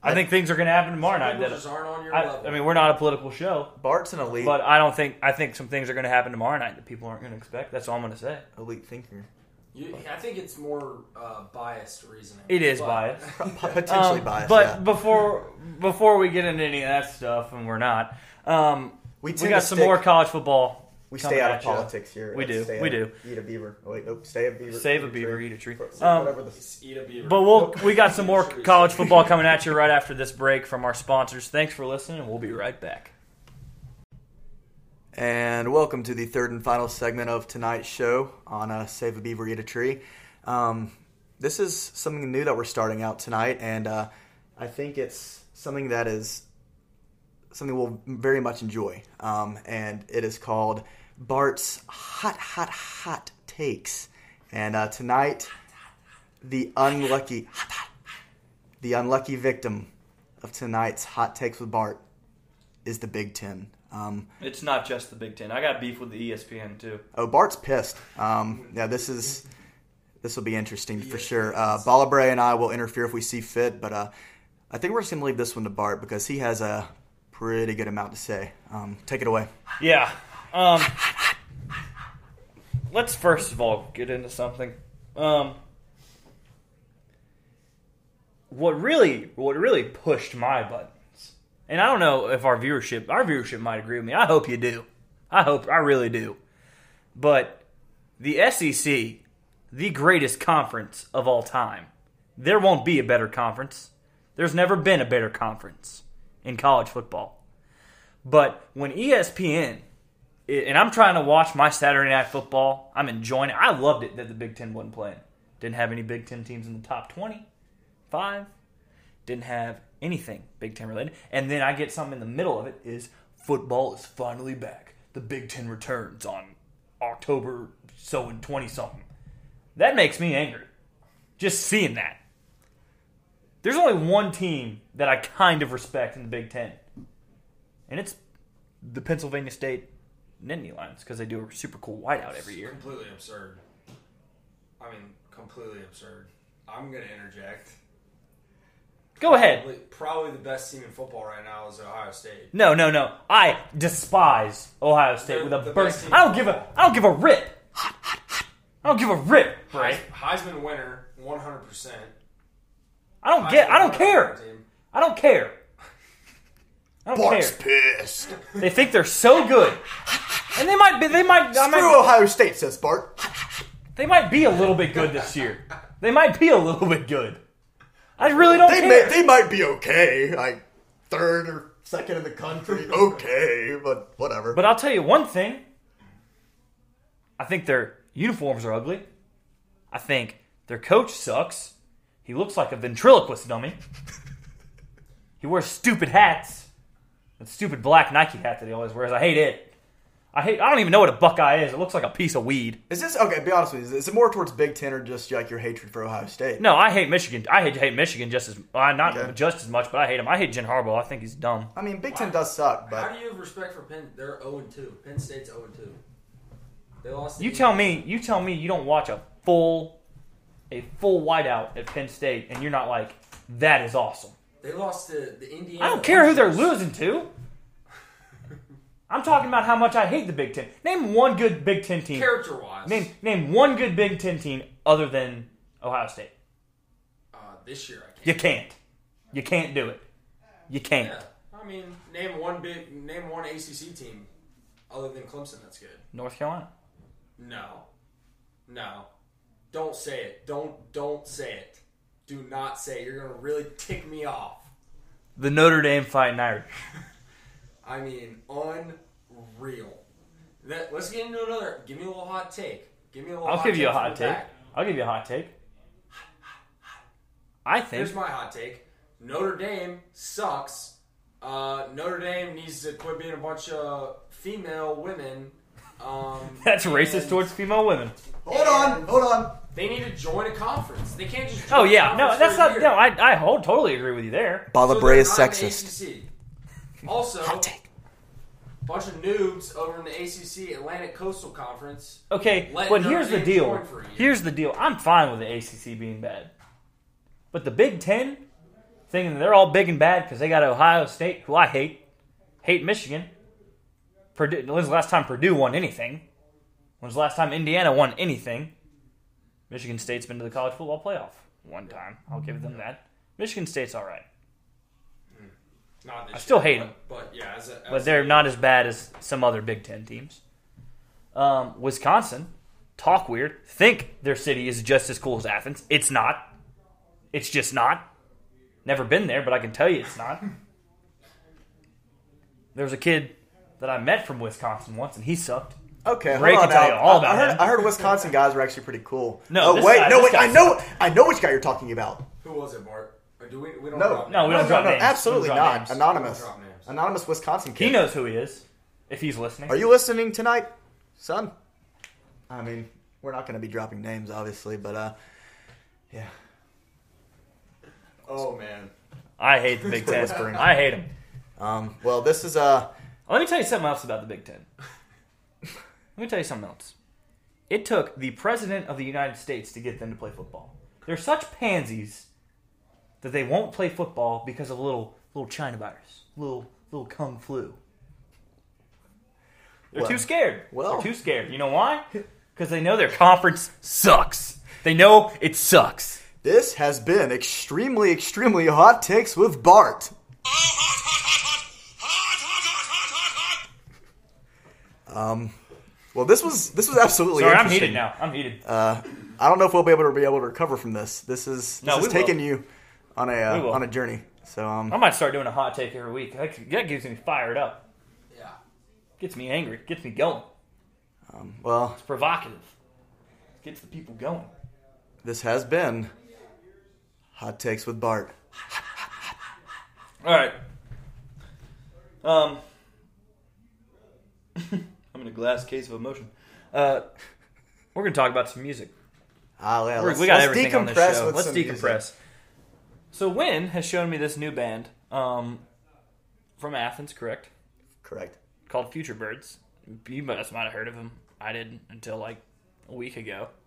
S1: I think things are going to happen tomorrow
S3: Some
S1: night.
S3: people
S1: That
S3: just aren't on your level.
S1: I, I mean, we're not a political show,
S2: Bart's an elite
S1: but I don't think I think some things are going to happen tomorrow night that people aren't going to expect. That's all I'm going to say.
S2: elite thinker,
S3: You, I think it's more uh, biased reasoning.
S1: It is
S3: But-
S1: biased.
S2: P- potentially
S1: Um,
S2: biased.
S1: but
S2: yeah.
S1: before before we get into any of that stuff, and we're not, um,
S2: We
S1: we
S2: tend
S1: got
S2: to
S1: some
S2: stick-
S1: more college football.
S2: we
S1: coming
S2: stay out
S1: at
S2: of
S1: ya.
S2: politics here.
S1: We
S2: Let's
S1: do.
S2: stay
S1: We
S2: out of-
S1: do.
S2: Eat a beaver. Oh, wait, nope. Stay a beaver.
S1: Save a
S2: eat
S1: beaver,
S2: tree.
S1: eat a tree. Um,
S2: Whatever the.
S3: It's eat a beaver.
S1: But we'll we got some more college football coming at you right after this break from our sponsors. Thanks for listening, and we'll be right back.
S2: And welcome to the third and final segment of tonight's show on uh, Save a Beaver, Eat a Tree. Um, this is something new that we're starting out tonight, and uh, I think it's something that is something we'll very much enjoy. Um, and it is called Bart's Hot, Hot, Hot Takes. And uh, tonight, the unlucky, the unlucky victim of tonight's Hot Takes with Bart is the Big Ten. Um,
S1: It's not just the Big Ten. I got beef with the E ESPN too.
S2: Oh, Bart's pissed. Um, yeah, this is this will be interesting for sure. Uh, Balabre and I will interfere if we see fit, but uh, I think we're just gonna leave this one to Bart because he has a pretty good amount to say. Um, take it away.
S1: Yeah. Um, let's first of all get into something. Um, what really, what really pushed my buttons, and I don't know if our viewership, our viewership might agree with me. I hope you do. I hope I really do. But the SEC, the greatest conference of all time, there won't be a better conference. There's never been a E better conference in college football. But when ESPN it, and I'm trying to watch my Saturday night football. I'm enjoying it. I loved it that the Big Ten wasn't playing. Didn't have any Big Ten teams in the top 25. Didn't have anything Big Ten related. And then I get something in the middle of it is football is finally back. The Big Ten returns on October so and 20 something. That makes me angry. Just seeing that. There's only one team that I kind of respect in the Big Ten, and it's the Pennsylvania State Nittany Lions because they do a super cool whiteout every year.
S3: Completely absurd. I mean, completely absurd. I'm gonna interject.
S1: Go ahead.
S3: Probably, probably the best team in football right now is Ohio State.
S1: No, no, no. I despise Ohio State
S3: They're
S1: with a
S3: the
S1: burst.
S3: best team.
S1: I don't give a. I don't give a rip. I don't give a rip. Bryce.
S3: Heisman winner, 100. percent
S1: I don't get. I don't care. I don't care. I don't
S2: Bart's
S1: care.
S2: pissed. Screw
S1: They think they're so good, and they might be. They might. I might
S2: Ohio State, says Bart.
S1: they might be a little bit good this year. They might be a little bit good. I really don't
S2: They
S1: care.
S2: may, they might be okay, like third or second in the country. Okay, but whatever.
S1: But I'll tell you one thing. I think their uniforms are ugly. I think their coach sucks. He looks like a ventriloquist dummy. he wears stupid hats. That stupid black Nike hat that he always wears. I hate it. I hate I don't even know what a Buckeye is. It looks like a piece of weed.
S2: is this okay? Be honest with you. Is it more towards Big Ten or just like your hatred for Ohio State?
S1: No, I hate Michigan. I hate, hate Michigan just as uh, not
S2: Okay.
S1: just as much, but I hate him. I hate Jim Harbaugh. I think he's dumb.
S2: I mean, Big Ten does suck,
S3: How do
S2: but
S3: you have respect for Penn? They're 0 2. Penn State's 0 2. They lost. to
S1: You
S3: Indiana.
S1: tell me. You tell me. You don't watch a full, a full whiteout at Penn State, and you're not like, that is awesome.
S3: They lost to the Indiana.
S1: I don't care who they're
S3: Hoosiers.
S1: losing to. I'm talking about how much I hate the Big Ten. Name one good Big Ten team.
S3: Character wise,
S1: Name name one good Big Ten team other than Ohio State.
S3: uh, this year I
S1: You
S3: can't.
S1: can't. You can't do it. You can't.
S3: Yeah. I mean, name one big, name one ACC team other than Clemson that's good.
S1: North Carolina.
S3: No, no, don't say it. Don't don't say it. Do not say it. You're gonna really tick me off.
S1: The Notre Dame Fighting Irish.
S3: I mean, unreal. That, let's get into another. Give me a little hot take. Give me a little.
S1: I'll
S3: hot
S1: give you a
S3: from
S1: hot
S3: the
S1: take.
S3: back.
S1: I'll give you a hot take. I think
S3: Here's my hot take. Notre Dame sucks. Uh, Notre Dame needs to quit being a bunch of female women. Um,
S1: that's racist
S3: and
S1: towards female women.
S2: hold on, hold on.
S3: They need to join a conference. They can't just. Join
S1: Oh
S3: a
S1: yeah, no,
S3: conference
S1: that's
S3: for a
S1: not.
S3: year.
S1: No, I I whole, totally agree with you there.
S3: So they're not in the ACC. Also,
S2: take.
S3: bunch of noobs over in the ACC Atlantic Coastal Conference.
S1: Okay,
S3: Let
S1: but
S3: Notre
S1: here's the
S3: Dame
S1: deal.
S3: join for a year.
S1: Here's the deal. I'm fine with the ACC being bad, but the Big Ten, thinking they're all big and bad because they got Ohio State, who I hate, hate Michigan. Purdue, when's the last time Purdue won anything? When's the last time Indiana won anything? Michigan State's been to the college football playoff one time. I'll give them that. Michigan State's all right,
S3: Not this
S1: I still
S3: year,
S1: hate
S3: but-
S1: 'em.
S3: But yeah, as a,
S1: but
S3: as
S1: they're not as bad as some other Big Ten teams. Um, Wisconsin, talk weird, think their city is just as cool as Athens. It's not. It's just not. Never been there, but I can tell you it's not. there was a kid that I met from Wisconsin once, and he sucked.
S2: Okay,
S1: Ray can
S2: hold on.
S1: tell
S2: Al.
S1: you all
S2: I-
S1: about
S2: I heard,
S1: him.
S2: I heard Wisconsin guys were actually pretty cool.
S1: No,
S2: oh,
S1: this
S2: wait,
S1: guy-
S2: no,
S1: this
S2: wait.
S1: guy
S2: I know, I know which guy you're talking about.
S3: who was it, Bart? Or do we? We don't.
S2: No,
S3: drop
S1: No, we
S3: names.
S1: don't drop
S2: no,
S1: names.
S2: absolutely
S1: We don't drop
S2: not.
S1: names.
S2: Anonymous,
S3: We don't drop names.
S2: anonymous Wisconsin kid.
S1: He knows who he is, if he's listening.
S2: Are you listening tonight, son? I mean, we're not going to be dropping names, obviously, but uh, yeah.
S3: Oh man.
S1: I hate the Big Ten.
S2: Whispering.
S1: I hate him.
S2: Um, well, this is uh,
S1: Let me tell you something else about the Big Ten. Let me tell you something else. It took the president of the United States to get them to play football. They're such pansies that they won't play football because of a little little China virus, little little kung flu. They're
S2: Well-
S1: too scared.
S2: well-
S1: they're too scared. You know why? Because they know their conference sucks. They know it sucks.
S2: this has been extremely, extremely hot takes with Bart. Um, well, this was this was absolutely.
S1: Sorry, I'm
S2: interesting.
S1: heated now. I'm heated.
S2: Uh, I don't know if we'll be able to be able to recover from this. This is this
S1: No,
S2: is
S1: we
S2: taking
S1: will.
S2: you on a
S1: We
S2: uh,
S1: will.
S2: on a journey. So um,
S1: I might start doing a hot take every week. That, that gives me fired up.
S3: Yeah.
S1: Gets me angry. Gets me going.
S2: Um, well,
S1: It's provocative. Gets the people going.
S2: this has been Hot Takes with Bart.
S1: All right. Um, I'm in a glass case of emotion. Uh, we're gonna talk about some music.
S2: Ah, yeah,
S1: We're-
S2: let's,
S1: we got
S2: let's
S1: everything
S2: decompress
S1: on this show.
S2: with
S1: Let's
S2: some
S1: decompress.
S2: music.
S1: So, Wynn has shown me this new band um, from Athens, correct?
S2: Correct.
S1: Called Future Birds. You must might have heard of them. I didn't until like a week ago.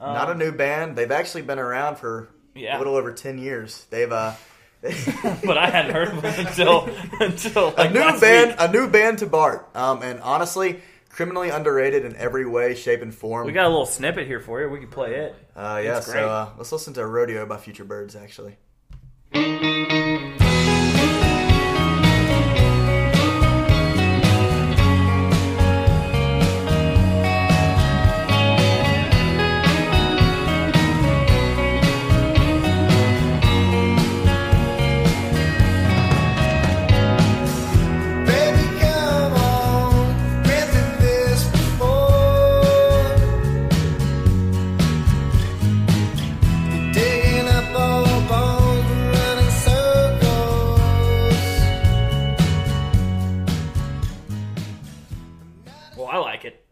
S1: Um,
S2: Not a new band. They've actually been around for
S1: Yeah.
S2: a little over ten years. They've uh,
S1: but I hadn't heard of them until until like
S2: a new
S1: last
S2: band,
S1: week.
S2: a new band to Bart. Um, and honestly, criminally underrated in every way, shape, and form.
S1: We got a little snippet here for you. We can play it.
S2: uh, yeah.
S1: it's
S2: So
S1: great.
S2: uh, let's listen to "Rodeo" by Future Birds. Actually,
S4: Baby, come on, been through this before. Digging up old bones, running circles.
S1: Well, I like it.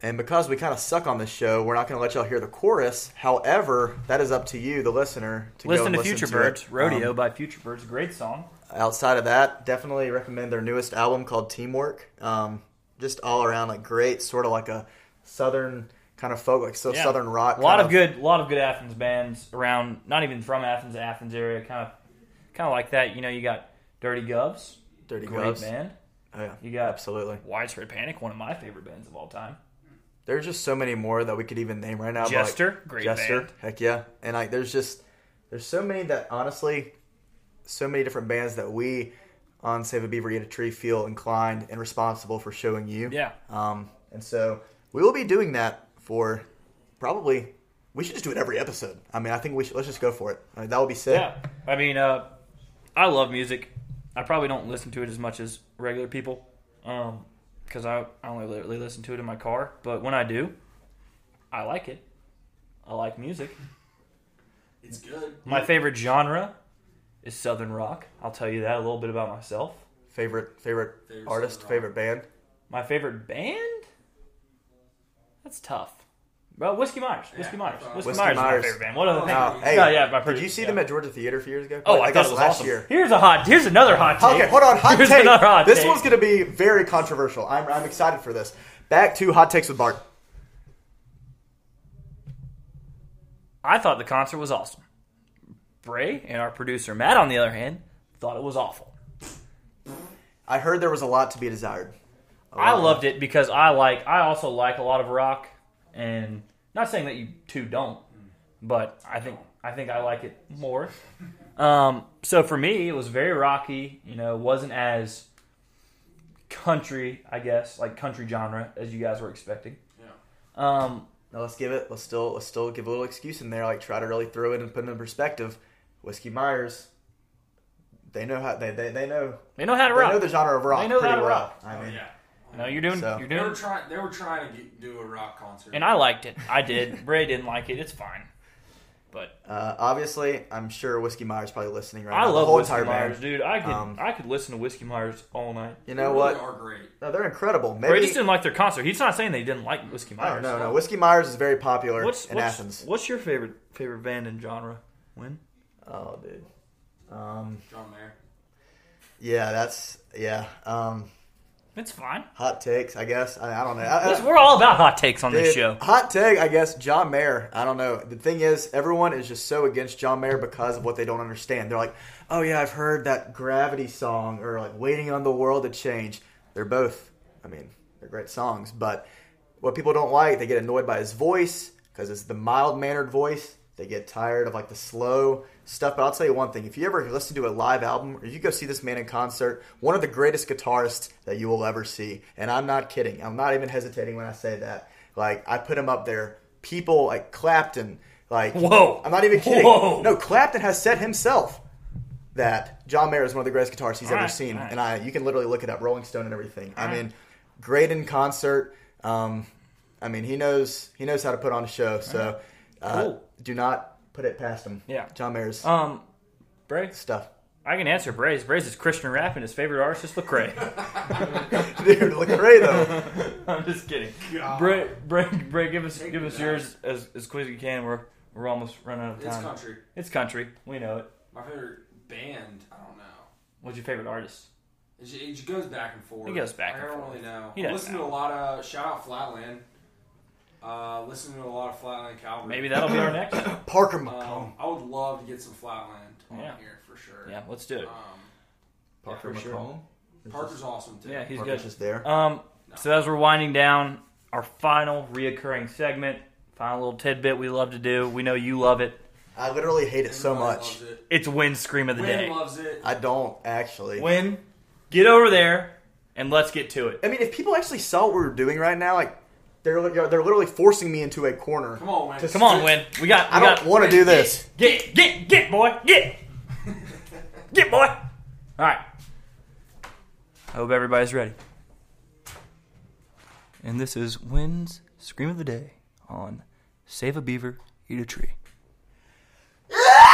S2: and because we kind of suck on this show, we're not going to let y'all hear the chorus. However, that is up to you, the listener, to go
S1: Listen
S2: and
S1: to
S2: listen
S1: Future
S2: to
S1: Birds,
S2: it.
S1: Rodeo
S2: Um,
S1: by Future Birds, great song.
S2: outside of that, definitely recommend their newest album called Teamwork. Um, just all around, like great, sort of like a southern kind of folk, like so
S1: Yeah.
S2: southern rock.
S1: A lot
S2: kind
S1: of good, a lot of good Athens bands around. Not even from Athens, Athens area, kind of, kind of like that. You know, you got Dirty Govs,
S2: dirty
S1: great
S2: gloves.
S1: band.
S2: Oh yeah,
S1: You got
S2: absolutely.
S1: Widespread Panic, one of my favorite bands of all time.
S2: There's just so many more that we could even name right now. but,
S1: Jester,
S2: like,
S1: great
S2: Jester,
S1: band.
S2: heck yeah. And like, there's just there's so many that honestly, so many different bands that we on Save a Beaver Eat a Tree feel inclined and responsible for showing you.
S1: Yeah.
S2: Um, and so we will be doing that for probably. We should just do it every episode. I mean, I think we should. Let's just go for it. I mean, that would be sick.
S1: Yeah, I mean, uh, I love music. I probably don't listen to it as much as regular people, um, because I I only literally listen to it in my car. But when I do, I like it. I like music.
S3: It's good.
S1: My favorite genre is southern rock. I'll tell you that a little bit about myself.
S2: Favorite favorite
S3: Favorite
S2: artist,
S3: Southern
S2: favorite
S3: rock.
S2: band.
S1: My favorite band? That's tough. Well, Whiskey Myers. Whiskey
S3: Yeah,
S1: Myers.
S3: I thought-
S1: Whiskey,
S2: Whiskey
S1: Myers,
S2: Myers.
S1: is my favorite band. What other
S3: Oh,
S1: thing?
S2: Oh,
S3: you.
S2: hey,
S1: No, yeah, my
S2: did you
S1: first-
S2: see
S1: yeah.
S2: them at Georgia Theater a few years ago?
S1: Oh, I,
S2: guess
S1: thought it was
S2: last
S1: awesome.
S2: year.
S1: Here's a hot. Here's another hot take.
S2: Okay, hold on. Hot
S1: Here's
S2: take.
S1: another hot
S2: this
S1: take.
S2: one's going to be very controversial. I'm, I'm excited for this. Back to hot takes with Bart.
S1: I thought the concert was awesome. Bray and our producer Matt, on the other hand, thought it was awful.
S2: I heard there was a lot to be desired. Oh,
S1: I loved it because I like. I also like a lot of rock, and not saying that you two don't, but I think I think I like it more. Um, so for me, it was very rocky. You know, wasn't as country, I guess, like country genre as you guys were expecting.
S3: Yeah.
S1: Um,
S2: Now let's give it. Let's still let's still give a little excuse in there. Like try to really throw it and put it in perspective. Whiskey Myers. They know how they, they, they know
S1: they know how to
S2: they know
S1: rock.
S2: the genre of rock
S1: They know
S2: pretty
S1: how to
S2: well.
S1: rock.
S2: I
S3: Oh,
S2: mean,
S3: yeah.
S1: no, you're doing.
S2: So-
S1: You're
S3: They were
S1: doing.
S3: trying. They were trying to get, do a rock concert.
S1: And I liked it. I did. Bray didn't like it. It's fine. But
S2: uh, obviously, I'm sure Whiskey Myers probably listening right
S1: I
S2: now. the
S1: love
S2: whole
S1: Whiskey
S2: entire
S1: Myers,
S2: band.
S1: dude. I could
S2: Um,
S1: I could listen to Whiskey Myers all night.
S2: You
S3: They
S2: know
S3: really
S2: what?
S3: Are great.
S2: No, they're incredible.
S1: Bray
S2: Maybe
S1: just didn't like their concert. He's not saying they didn't like Whiskey
S2: no,
S1: Myers.
S2: no, no. Whiskey Myers is very popular
S1: What's
S2: in
S1: what's,
S2: Athens.
S1: what's your favorite favorite band and genre? When?
S2: Oh, dude. Um,
S3: John Mayer.
S2: Yeah, that's yeah. Um,
S1: It's fine.
S2: hot takes, I guess. I, I don't know. I- I-
S1: Listen, we're all about hot takes on this
S2: dude,
S1: show.
S2: Hot take, I guess. John Mayer. I don't know. The thing is, everyone is just so against John Mayer because of what they don't understand. They're like, oh yeah, I've heard that Gravity song or like Waiting on the World to Change. They're both. I mean, they're great songs, but what people don't like, they get annoyed by his voice because it's the mild mannered voice. They get tired of like the slow stuff. But I'll tell you one thing: if you ever listen to a live album or you go see this man in concert, one of the greatest guitarists that you will ever see. And I'm not kidding. I'm not even hesitating when I say that. Like I put him up there. People like Clapton. Like
S1: Whoa.
S2: I'm not even kidding.
S1: Whoa.
S2: No, Clapton has said himself that John Mayer is one of the greatest guitarists he's
S1: All
S2: ever
S1: right,
S2: seen,
S1: all right.
S2: and I you can literally look it up, Rolling Stone and everything. I
S1: right.
S2: mean, great in concert. Um, I mean, he knows he knows how to put on a show. So uh,
S1: Cool.
S2: do not put it past him.
S1: Yeah.
S2: John Mayer's
S1: Um, Bray,
S2: stuff.
S1: I can answer Bray's. Bray's is Christian rap, and his favorite artist is Lecrae.
S2: Dude, look great though.
S1: I'm just kidding. Bray, Bray, Bray, give us give us yours as, as quick as you can. We're we're almost running out of
S3: It's
S1: time.
S3: country.
S1: It's country. We know it.
S3: My favorite band, I don't know. It
S1: What's your favorite artist?
S3: j- It j- goes back and forth.
S1: It goes back
S3: I
S1: and
S3: don't
S1: forth.
S3: really know.
S1: He
S3: I
S1: doesn't
S3: listen to
S1: know.
S3: a lot of shout out Flatland. Uh, listen to a lot of Flatland Calvary.
S1: Maybe that'll be our next.
S2: Parker McCollum.
S3: Um, I would love to get some Flatland on
S1: Yeah.
S3: here for sure.
S1: Yeah, let's do it.
S3: Um,
S2: Parker
S1: for sure.
S2: McCollum.
S3: Parker's awesome too.
S1: Yeah, he's
S2: Parker's
S1: good.
S2: just there.
S1: Um, so as we're winding down, our final reoccurring segment, final little tidbit we love to do. We know you love it.
S2: I literally hate it so
S3: Everybody
S2: much.
S3: Loves it.
S1: It's win scream of the
S3: Wynn
S1: day.
S3: loves it.
S2: I don't actually.
S1: Win, get over there, and let's get to it.
S2: I mean, if people actually saw what we were doing right now, like they're li- they're literally forcing me into a corner.
S3: Come on, Wynn.
S1: Come on, win. We got. We
S2: I don't
S1: got,
S2: want to do this.
S1: Get, get, get, boy, get, get, boy. All right. I hope everybody's ready. And this is Wind's Scream of the Day on Save a Beaver, Eat a Tree.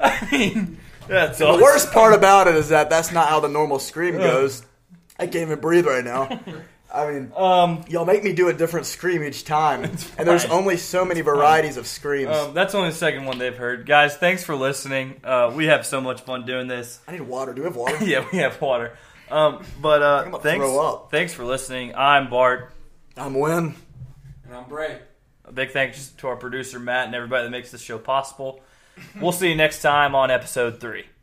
S1: I mean, that's
S2: The
S1: awesome.
S2: worst part about it is that that's not how the normal scream goes. I can't even breathe right now. I mean,
S1: Um,
S2: y'all make me do a different scream each time, and there's
S1: fine.
S2: only so many varieties of screams.
S1: Um, that's only the second one they've heard. Guys, thanks for listening. Uh, we have so much fun doing this.
S2: I need water. Do we have water?
S1: Yeah, we have water. Um, but
S2: I'm
S1: uh,
S2: gonna
S1: thanks,
S2: throw up.
S1: thanks for listening. I'm Bart.
S2: I'm Win.
S3: And I'm Bray.
S1: A big thanks to our producer, Matt, and everybody that makes this show possible. We'll see you next time on episode three.